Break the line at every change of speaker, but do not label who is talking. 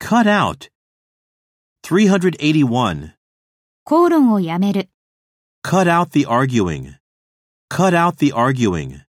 Cut out. 381.
口論をやめる。
Cut out the arguing. Cut out the arguing.